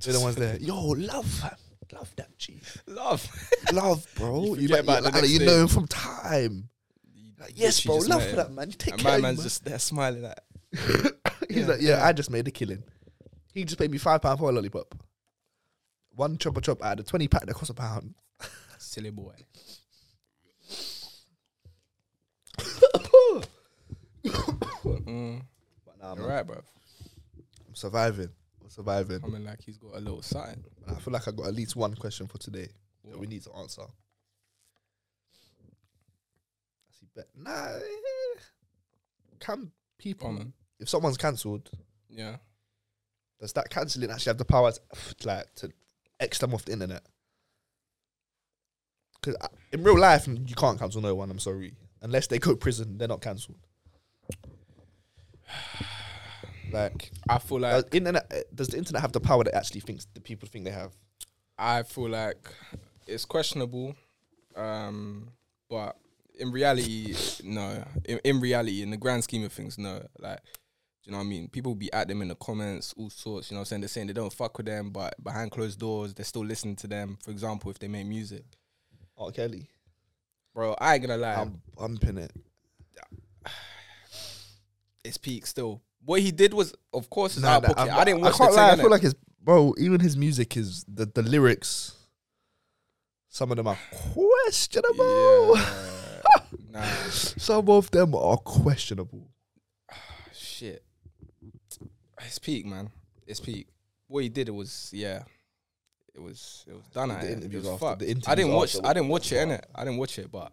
Speaker 1: They're the ones there. Yo, love, fam. Love that cheese.
Speaker 2: [LAUGHS] Love.
Speaker 1: Love, bro.
Speaker 2: You
Speaker 1: You,
Speaker 2: forget
Speaker 1: like,
Speaker 2: about it
Speaker 1: like,
Speaker 2: the
Speaker 1: like,
Speaker 2: next
Speaker 1: you
Speaker 2: day.
Speaker 1: know him from time. Like,
Speaker 2: Literally
Speaker 1: yes, bro.
Speaker 2: just
Speaker 1: Love
Speaker 2: met
Speaker 1: for
Speaker 2: him.
Speaker 1: that, man. You take
Speaker 2: And
Speaker 1: care
Speaker 2: my
Speaker 1: of him,
Speaker 2: man's
Speaker 1: man.
Speaker 2: just there smiling like.
Speaker 1: [LAUGHS] He's
Speaker 2: yeah,
Speaker 1: like, yeah, I just made a killing. He just paid me five pound for a lollipop. One chopper chop out of twenty pack that cost
Speaker 2: [LAUGHS]
Speaker 1: a pound.
Speaker 2: Silly boy. mm,
Speaker 1: But nah,
Speaker 2: all
Speaker 1: man,
Speaker 2: right, bro.
Speaker 1: I'm surviving. I'm surviving.
Speaker 2: I mean, like he's got a little something.
Speaker 1: I feel like I got at least one question for today that we need to answer. But nah, eh, can people?
Speaker 2: Um,
Speaker 1: man. If someone's cancelled,
Speaker 2: Yeah.
Speaker 1: does that cancelling actually have the power to, [SIGHS] like to X them off the internet? Because in real life, you can't cancel no one. I'm sorry, unless they go to prison, they're not cancelled. [SIGHS] Like,
Speaker 2: I feel like
Speaker 1: does internet eh, does the internet have the power that actually thinks the people think they have?
Speaker 2: I feel like it's questionable, um, but in reality, no. In, in reality, in the grand scheme of things, no. Like, do you know what I mean? People be at them in the comments, all sorts. You know what I'm saying? They're saying they don't fuck with them, but behind closed doors, they're still listening to them. For example, if they make music,
Speaker 1: R. Kelly,
Speaker 2: bro, I ain't gonna lie,
Speaker 1: I'm bumping it.
Speaker 2: it's peak still. What he did was, of course, it's
Speaker 1: Nah,
Speaker 2: out
Speaker 1: nah,
Speaker 2: of pocket.
Speaker 1: I'm-
Speaker 2: I, didn't watch
Speaker 1: I can't
Speaker 2: the
Speaker 1: lie.
Speaker 2: thing,
Speaker 1: I feel
Speaker 2: innit?
Speaker 1: like his bro. Even his music is the the lyrics. Some of them are questionable. [LAUGHS]
Speaker 2: yeah, nah,
Speaker 1: Some of them are questionable.
Speaker 2: shit. It's peak, man. It's peak. What he did it was yeah. It was it was done
Speaker 1: The
Speaker 2: at it. it
Speaker 1: interviews
Speaker 2: was
Speaker 1: after-
Speaker 2: fucked.
Speaker 1: the
Speaker 2: I
Speaker 1: interviews
Speaker 2: didn't watch
Speaker 1: after
Speaker 2: I didn't watch it
Speaker 1: was
Speaker 2: innit. I didn't watch it, but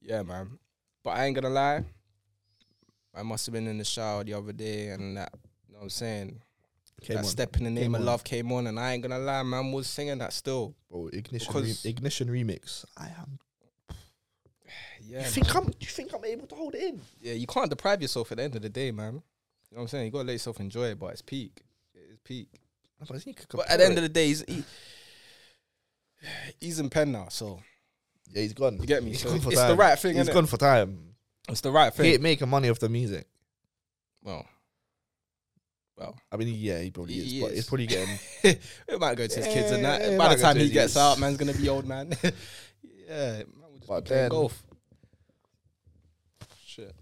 Speaker 2: yeah, man. But I ain't gonna lie. I must have been in the shower the other day and that you know what I'm saying?
Speaker 1: Came
Speaker 2: that
Speaker 1: on,
Speaker 2: step in the name
Speaker 1: Came
Speaker 2: of
Speaker 1: on.
Speaker 2: love came on and I ain't gonna lie, man was singing that still.
Speaker 1: bro. Ignition, re-
Speaker 2: Because-
Speaker 1: ignition remix. I am.
Speaker 2: Yeah.
Speaker 1: you
Speaker 2: man.
Speaker 1: think I'm? You think I'm able to hold it in?
Speaker 2: yeah, you can't deprive yourself at the end of the day, man. You know what I'm saying? You gotta let yourself enjoy it, but it's peak. It's peak.
Speaker 1: But, I think you could
Speaker 2: But at the
Speaker 1: compare
Speaker 2: end of
Speaker 1: it.
Speaker 2: the day, he's, he, he's in pen now, so
Speaker 1: yeah, he's gone.
Speaker 2: you get me.
Speaker 1: He's
Speaker 2: So
Speaker 1: gone
Speaker 2: it's
Speaker 1: for
Speaker 2: the
Speaker 1: time.
Speaker 2: right thing,
Speaker 1: He's
Speaker 2: innit?
Speaker 1: gone for time.
Speaker 2: It's the right
Speaker 1: He
Speaker 2: thing.
Speaker 1: ain't making money off the music.
Speaker 2: Well, well,
Speaker 1: I mean, yeah, he probably is,
Speaker 2: He
Speaker 1: but
Speaker 2: is.
Speaker 1: it's
Speaker 2: [LAUGHS]
Speaker 1: probably getting.
Speaker 2: it might go to his kids and
Speaker 1: Yeah,
Speaker 2: that.
Speaker 1: it
Speaker 2: By
Speaker 1: might
Speaker 2: the
Speaker 1: go
Speaker 2: time
Speaker 1: to
Speaker 2: he
Speaker 1: his
Speaker 2: gets
Speaker 1: kids.
Speaker 2: out, man's gonna be old man. [LAUGHS] yeah, man will just
Speaker 1: But
Speaker 2: be playing
Speaker 1: then-
Speaker 2: golf. Shit.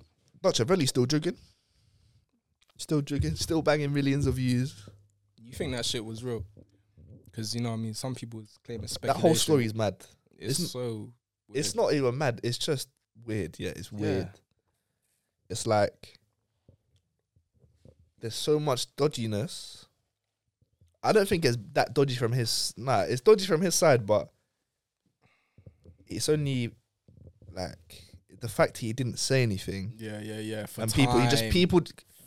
Speaker 1: Machiavelli still jugging. Still jugging. Still banging millions of views.
Speaker 2: You think that shit was real? Because you know, what I mean, some people is claiming
Speaker 1: That
Speaker 2: speculation.
Speaker 1: whole story is mad.
Speaker 2: is
Speaker 1: isn't-
Speaker 2: so. Weird.
Speaker 1: It's not even mad. It's just weird. Yeah, it's
Speaker 2: Yeah.
Speaker 1: weird. It's like there's so much dodginess. I don't think it's that dodgy from his. Nah, it's dodgy from his side, but it's only like the fact he didn't say anything
Speaker 2: Yeah, yeah, yeah. For
Speaker 1: and people. He just
Speaker 2: time,
Speaker 1: people.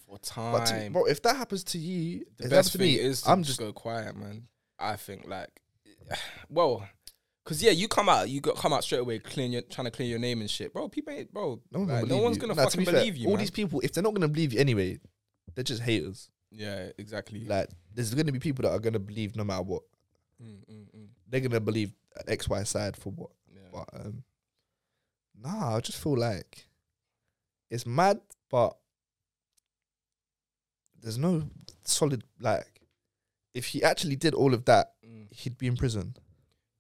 Speaker 2: for
Speaker 1: But to-
Speaker 2: time.
Speaker 1: bro, if that happens to you,
Speaker 2: the
Speaker 1: if that happens
Speaker 2: best
Speaker 1: to
Speaker 2: thing
Speaker 1: me,
Speaker 2: is to
Speaker 1: I'm
Speaker 2: just
Speaker 1: just
Speaker 2: go quiet, man. I think like, [SIGHS] well, because yeah, you come out, you got come out straight away, clean your trying to clean your name and shit, bro. People, ain't, bro,
Speaker 1: No,
Speaker 2: like,
Speaker 1: one's gonna
Speaker 2: no
Speaker 1: believe
Speaker 2: one's
Speaker 1: you.
Speaker 2: gonna
Speaker 1: Nah, to
Speaker 2: fucking
Speaker 1: be fair,
Speaker 2: believe you.
Speaker 1: All
Speaker 2: man.
Speaker 1: these people, if they're not gonna believe you anyway, they're just haters.
Speaker 2: yeah, exactly.
Speaker 1: Like, there's gonna be people that are gonna believe no matter what.
Speaker 2: Mm, mm, mm.
Speaker 1: They're gonna believe X Y side for what.
Speaker 2: Yeah.
Speaker 1: But um, nah, I just feel like it's mad, but there's no solid like. If he actually did all of that,
Speaker 2: Mm.
Speaker 1: he'd be in prison.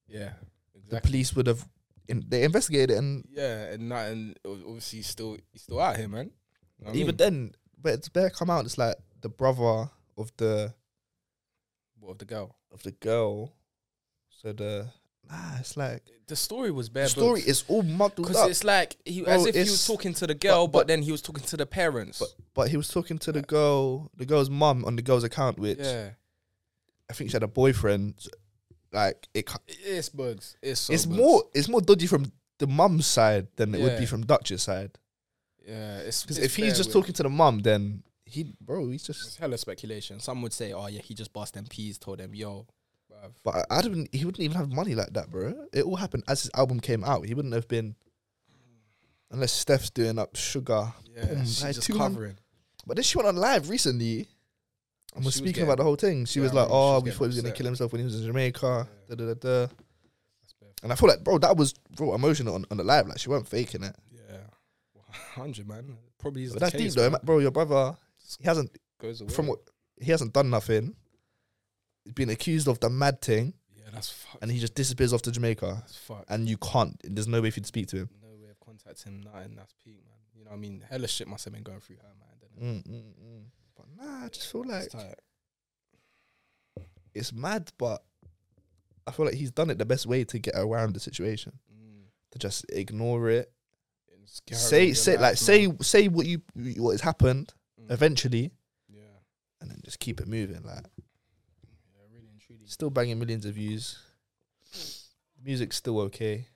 Speaker 2: yeah,
Speaker 1: The
Speaker 2: exactly.
Speaker 1: police would have. In, they investigated it, and
Speaker 2: yeah, and not, and ob- obviously he's still he's still out here, man. You know what I
Speaker 1: even
Speaker 2: mean?
Speaker 1: then, but it's better come out. It's like the brother of the
Speaker 2: what of the girl?
Speaker 1: of the girl. So the nah, it's like
Speaker 2: The story was
Speaker 1: the
Speaker 2: bare.
Speaker 1: story is all muddled
Speaker 2: because
Speaker 1: up.
Speaker 2: it's like he
Speaker 1: Bro,
Speaker 2: as if he was
Speaker 1: it's-
Speaker 2: talking to the girl, but,
Speaker 1: but-
Speaker 2: then he was talking to the parents.
Speaker 1: But but he was talking to the girl, the girl's mum on the girl's account, which
Speaker 2: yeah,
Speaker 1: I think she had a boyfriend. Like it, ca-
Speaker 2: it's bugs. It's so
Speaker 1: it's
Speaker 2: bugs.
Speaker 1: more it's more dodgy from the mum's side than it would be
Speaker 2: Yeah.
Speaker 1: from Dutch's side.
Speaker 2: Yeah, it's
Speaker 1: Because
Speaker 2: it's
Speaker 1: if he's
Speaker 2: bare
Speaker 1: just
Speaker 2: weird.
Speaker 1: talking to the mum, then he bro, he's just.
Speaker 2: It's hella speculation. Some would say, "Oh yeah, he just bust them peas, told them, yo." bruv.
Speaker 1: But I, I don't. He wouldn't even have money like that, bro. It all happened as his album came out. He wouldn't have been, unless Steph's doing up sugar.
Speaker 2: Yeah,
Speaker 1: Boom,
Speaker 2: she
Speaker 1: like
Speaker 2: just
Speaker 1: 200
Speaker 2: covering.
Speaker 1: But then she went on live recently. and was
Speaker 2: She was
Speaker 1: speaking
Speaker 2: getting-
Speaker 1: about the whole thing. She
Speaker 2: Yeah,
Speaker 1: was
Speaker 2: I
Speaker 1: like,
Speaker 2: remember she
Speaker 1: "Oh,
Speaker 2: was
Speaker 1: we
Speaker 2: getting
Speaker 1: thought he was gonna
Speaker 2: upset.
Speaker 1: kill himself when he was in Jamaica."
Speaker 2: Yeah.
Speaker 1: Da, da, da, da.
Speaker 2: That's bare.
Speaker 1: And I feel like, bro, that was raw emotional on, on the live. Like she wasn't faking it.
Speaker 2: Yeah, Well, hundred man. Probably is the
Speaker 1: But that's deep
Speaker 2: case,
Speaker 1: though,
Speaker 2: man.
Speaker 1: ma- bro. Your brother, he hasn't
Speaker 2: Goes away.
Speaker 1: from what he hasn't done nothing. He's been accused of the mad thing,
Speaker 2: Yeah, that's fucked.
Speaker 1: and he Uh, just disappears off to Jamaica.
Speaker 2: That's fucked.
Speaker 1: And you can't. There's no way for you to speak to him.
Speaker 2: No way of contacting him. Nothing. That's peak, man. You know what I mean? Hella shit must have been going through her mind. innit?
Speaker 1: Mm, mm, mm. But nah, I just feel Mm, like
Speaker 2: It's tight.
Speaker 1: it's mad. But I feel like he's done it the best way to get around the situation.
Speaker 2: Mm.
Speaker 1: To just ignore it,
Speaker 2: It's scaring
Speaker 1: say
Speaker 2: your
Speaker 1: say
Speaker 2: life,
Speaker 1: like
Speaker 2: man.
Speaker 1: say say what you what has happened
Speaker 2: Mm.
Speaker 1: eventually,
Speaker 2: Yeah,
Speaker 1: and then just keep it moving. Like
Speaker 2: yeah, really and truly.
Speaker 1: still banging millions of views, music's still okay.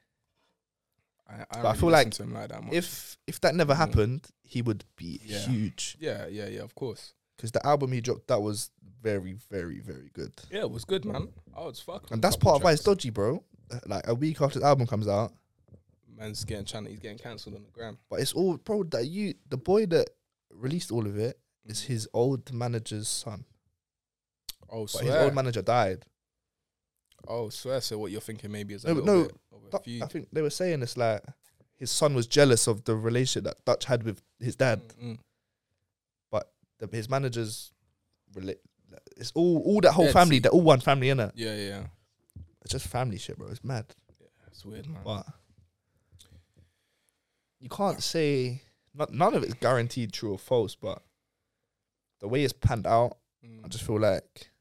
Speaker 2: I, I,
Speaker 1: But I
Speaker 2: really listen
Speaker 1: feel like
Speaker 2: to him like that much. Mm.
Speaker 1: If if that never happened, he would be
Speaker 2: Yeah.
Speaker 1: huge
Speaker 2: yeah, yeah, yeah. Of course.
Speaker 1: because the album he dropped that was very, very, very good.
Speaker 2: Yeah, it was good, man. I was fucking.
Speaker 1: And that's part of why it's dodgy, bro. Uh, Like a week after the album comes out,
Speaker 2: Man's getting trying. He's getting cancelled on the gram.
Speaker 1: but it's all bro that you the boy that released all of it is
Speaker 2: Mm.
Speaker 1: his old manager's son.
Speaker 2: Oh,
Speaker 1: But
Speaker 2: swear.
Speaker 1: his old manager died.
Speaker 2: oh, swear. So what you're thinking maybe is a
Speaker 1: No, but
Speaker 2: little
Speaker 1: no,
Speaker 2: bit of a
Speaker 1: But
Speaker 2: feud. Mm,
Speaker 1: I think they were saying it's like his son was jealous of the relationship that Dutch had with his dad.
Speaker 2: Mm, mm.
Speaker 1: The, his manager's rela- it's all all that whole
Speaker 2: Yeah, it's-
Speaker 1: family. They're all one family, innit?
Speaker 2: Yeah, yeah, yeah.
Speaker 1: It's just family shit, bro. It's mad.
Speaker 2: It's weird, man.
Speaker 1: But you can't say no- none of it's guaranteed true or false. But the way it's panned out, I
Speaker 2: Mm.
Speaker 1: just feel like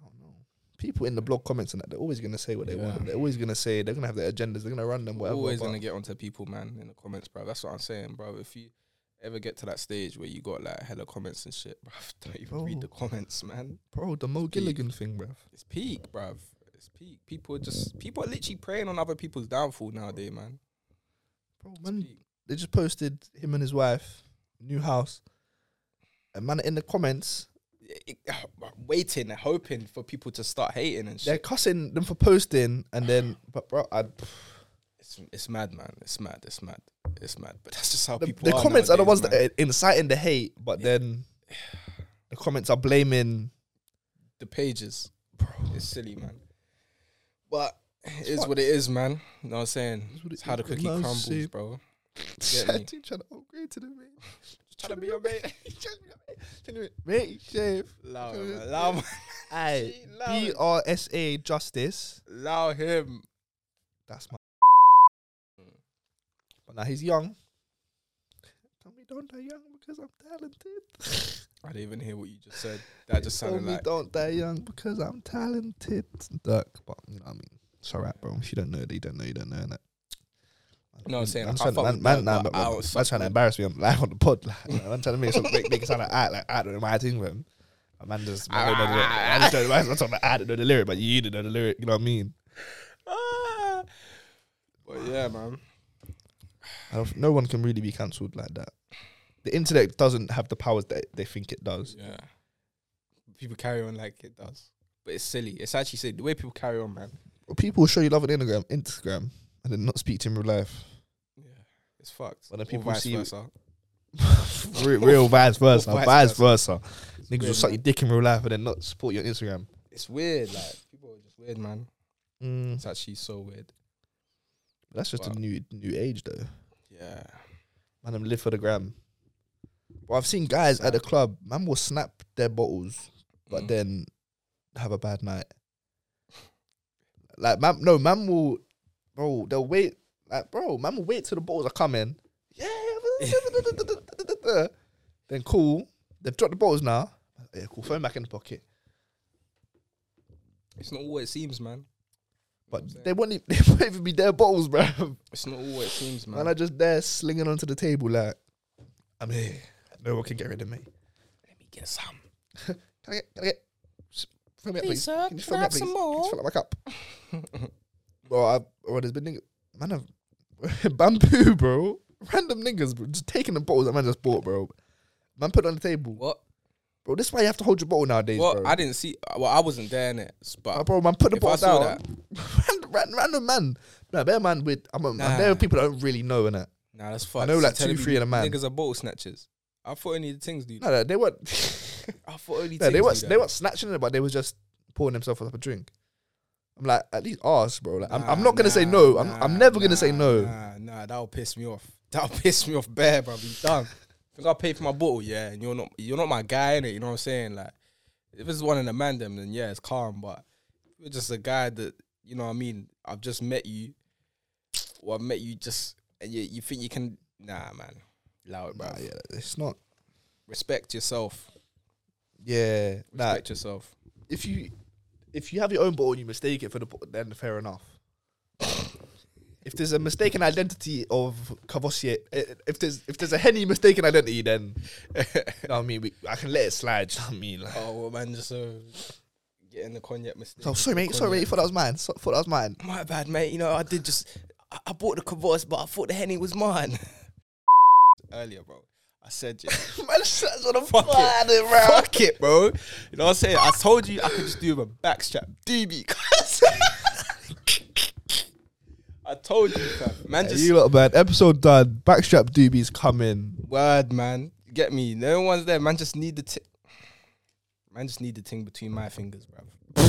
Speaker 1: I don't know. People in the blog comments and that they're always gonna say what they
Speaker 2: Yeah.
Speaker 1: want. They're always gonna say they're gonna have their agendas. They're gonna run them. Whatever.
Speaker 2: always
Speaker 1: but-
Speaker 2: gonna get onto people, man, in the comments, bro. That's what I'm saying, bro. If you ever get to that stage where you got like hella comments and shit, [LAUGHS] bro, don't even
Speaker 1: Oh.
Speaker 2: read the comments, man.
Speaker 1: Bro, the Mo Gilligan thing, bro.
Speaker 2: It's peak, bro. It's peak. People are just people are literally preying on other people's downfall nowadays, man.
Speaker 1: Bro,
Speaker 2: It's
Speaker 1: man,
Speaker 2: peak.
Speaker 1: they just posted him and his wife, new house. And man, in the comments,
Speaker 2: It- [SIGHS] it- waiting and hoping for people to start hating and shit.
Speaker 1: they're cussing them for posting, and then, [SIGHS] but bro, I,
Speaker 2: It's, it's mad, man. It's mad. It's mad. It's mad. But that's just how
Speaker 1: the,
Speaker 2: people.
Speaker 1: the
Speaker 2: are
Speaker 1: comments are the ones
Speaker 2: nowadays, man.
Speaker 1: that are inciting the hate, but then the comments are [SIGHS] blaming.
Speaker 2: the pages, bro. It's silly, man. But it is what it is, man. You know what I'm saying?
Speaker 1: It's what it
Speaker 2: It's how
Speaker 1: is,
Speaker 2: the
Speaker 1: man.
Speaker 2: cookie
Speaker 1: Now
Speaker 2: crumbles,
Speaker 1: see-
Speaker 2: bro.
Speaker 1: [LAUGHS] trying to upgrade to the mate. Just trying to be your mate. Trying to be your mate. [LAUGHS] Trying to be- Mate, chef.
Speaker 2: Allow,
Speaker 1: Trying to-
Speaker 2: him, allow,
Speaker 1: [LAUGHS]
Speaker 2: him-
Speaker 1: Aye.
Speaker 2: Love it.
Speaker 1: BRSA Justice.
Speaker 2: allow him.
Speaker 1: That's my.
Speaker 2: Hmm.
Speaker 1: But now he's young. Tell me don't die young because I'm talented.
Speaker 2: I didn't even hear what you just said. That just
Speaker 1: Tell
Speaker 2: sounded
Speaker 1: me
Speaker 2: like
Speaker 1: don't die young because I'm talented. Duck, but you know what I mean. It's alright, bro. If you don't know, it, you don't know, you don't know. Innit?
Speaker 2: You know what I'm saying? I
Speaker 1: trying,
Speaker 2: fuck
Speaker 1: man,
Speaker 2: with
Speaker 1: man,
Speaker 2: Dirk,
Speaker 1: nah,
Speaker 2: but
Speaker 1: but
Speaker 2: I
Speaker 1: man,
Speaker 2: was
Speaker 1: man
Speaker 2: such
Speaker 1: trying to
Speaker 2: a-
Speaker 1: embarrass me on, like, on the pod. Like, man, I'm trying to make some make, make it sound like I like I don't know my thing, man. But Man, just man, don't know the lyric. I just don't, I'm talking about I don't know the lyric, but you didn't know the lyric. You know what I mean?
Speaker 2: Ah. But yeah, man.
Speaker 1: I don't, no one can really be cancelled like that. The internet doesn't have the powers that they think it does.
Speaker 2: Yeah. People carry on like it does. But it's silly. It's actually silly. The way people carry on, man.
Speaker 1: People show you love on Instagram, Instagram, and then not speak to him in real life.
Speaker 2: Yeah. It's fucked.
Speaker 1: When the
Speaker 2: Or
Speaker 1: people
Speaker 2: vice
Speaker 1: see-
Speaker 2: versa.
Speaker 1: [LAUGHS] real, real vice versa,
Speaker 2: Vice
Speaker 1: vice, versa. Niggas will
Speaker 2: weird,
Speaker 1: suck
Speaker 2: man.
Speaker 1: your dick in real life and then not support you on Instagram.
Speaker 2: It's weird. Like people are just weird, man.
Speaker 1: Mm,
Speaker 2: It's actually so weird.
Speaker 1: that's just
Speaker 2: Wow.
Speaker 1: a new new age though.
Speaker 2: Yeah.
Speaker 1: Man, I'm live for the gram. Well, I've seen guys at the club. Man will snap their bottles, but
Speaker 2: Mm.
Speaker 1: then have a bad night. Like, man, no, man will, bro. They'll wait, like, bro, man will wait till the bottles are coming. Yeah. [LAUGHS] then cool. They've dropped the bottles now. Yeah, cool. Phone back in the pocket.
Speaker 2: It's not all it seems, man.
Speaker 1: But
Speaker 2: You know what I'm saying?
Speaker 1: they won't, even, [LAUGHS] they won't even be their bottles, bro.
Speaker 2: it's not all it seems, man.
Speaker 1: Man, I just there slinging onto the table like, I'm here. No one can get rid of me.
Speaker 2: Let me get some.
Speaker 1: Can I get? Can I get? s- Fill me up, please.
Speaker 2: sir,
Speaker 1: can you fill me up, please? Can you fill up my cup? [LAUGHS] bro, I, bro, there's been niggas, man, I've, [LAUGHS] bamboo, bro. Random niggas, bro, just taking the bottles that man just bought, bro. Man, put it on the table,
Speaker 2: What?
Speaker 1: bro. This is why you have to hold your bottle nowadays,
Speaker 2: Well,
Speaker 1: bro.
Speaker 2: I didn't see. Well, I wasn't there in it,
Speaker 1: Uh,
Speaker 2: but
Speaker 1: bro, man, put the
Speaker 2: If I
Speaker 1: bottle
Speaker 2: saw
Speaker 1: down. [LAUGHS] random, random, random man. No, bear man with. I'm, a-
Speaker 2: Nah.
Speaker 1: there are people that don't really know, innit?
Speaker 2: nah, that's fucked.
Speaker 1: know,
Speaker 2: So
Speaker 1: like,
Speaker 2: telling
Speaker 1: two,
Speaker 2: me
Speaker 1: three of the man.
Speaker 2: Niggas are bottle snatchers. I thought only the things do. that.
Speaker 1: No, no, they weren't. [LAUGHS]
Speaker 2: [LAUGHS] I thought only
Speaker 1: no,
Speaker 2: things
Speaker 1: they weren't.
Speaker 2: do
Speaker 1: They
Speaker 2: that.
Speaker 1: weren't snatching it, but they was just pouring themselves up a drink. I'm like, at least ask, bro. Like, I'm, I'm
Speaker 2: Nah,
Speaker 1: not gonna say
Speaker 2: nah,
Speaker 1: no. I'm, I'm
Speaker 2: nah,
Speaker 1: never gonna
Speaker 2: nah,
Speaker 1: say no.
Speaker 2: Nah, nah, that'll piss me off. That'll [LAUGHS] piss me off, bare, bro. You done? Because I'll pay for my bottle, yeah. And you're not, you're not my guy, innit? You know what I'm saying? Like, if it's one in a man, them, then yeah, it's calm. But if you're just a guy that, you know what I mean? I've just met you, or I've met you just, and you, you think you can, nah, man, allow it, bro.
Speaker 1: Nah, yeah, it's not.
Speaker 2: Respect yourself.
Speaker 1: Yeah, nah.
Speaker 2: Respect yourself.
Speaker 1: If you if you have your own bottle and you mistake it for the bottle, then fair enough. if there's a mistaken identity of Cavossier, i- if there's if there's a Henny mistaken identity, then [LAUGHS] you know what I mean. We, I can let it slide. You know what I mean, like,
Speaker 2: Oh, well, man, just uh, getting the cognac mistake.
Speaker 1: oh, sorry, mate. Sorry, mate. Thought that was mine. So, thought that was mine.
Speaker 2: My bad, mate. You know, I did just. I, I bought the Caboss, but I thought the Henny was mine. [LAUGHS] Earlier, bro. I said, yeah.
Speaker 1: [LAUGHS] Man, that's what I'm
Speaker 2: Fuck it.
Speaker 1: finding, bro.
Speaker 2: [LAUGHS] Fuck it, bro. You know what I'm saying? I told you I could just do with a backstrap [LAUGHS] DB. cuz. I told you, fam. Man,
Speaker 1: Yeah,
Speaker 2: just
Speaker 1: you lot, man. Episode done. Backstrap doobies coming.
Speaker 2: word, man. Get me. No one's there. Man, just need the t- man, just need the thing between my fingers, bro. [LAUGHS] nah,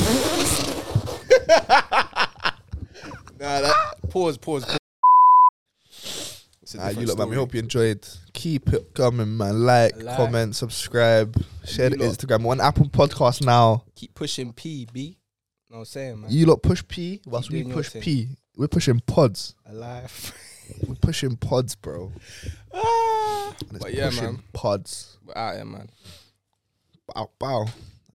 Speaker 2: that pause, pause, pause. It's a
Speaker 1: Ah, you
Speaker 2: different
Speaker 1: lot, man. We
Speaker 2: story.
Speaker 1: hope you enjoyed. Keep it coming, man. Like,
Speaker 2: Like.
Speaker 1: comment, subscribe, share the
Speaker 2: you lot-
Speaker 1: Instagram. We're on Apple Podcast now.
Speaker 2: Keep pushing P B. Know what I'm saying, man?
Speaker 1: You lot push P, whilst we
Speaker 2: doing your
Speaker 1: push
Speaker 2: thing.
Speaker 1: P. We're pushing pods. [LAUGHS]
Speaker 2: Alive.
Speaker 1: We're pushing pods, bro.
Speaker 2: Ah.
Speaker 1: And it's
Speaker 2: But yeah,
Speaker 1: pushing
Speaker 2: man.
Speaker 1: Pods.
Speaker 2: We're out here, man.
Speaker 1: Bow, bow.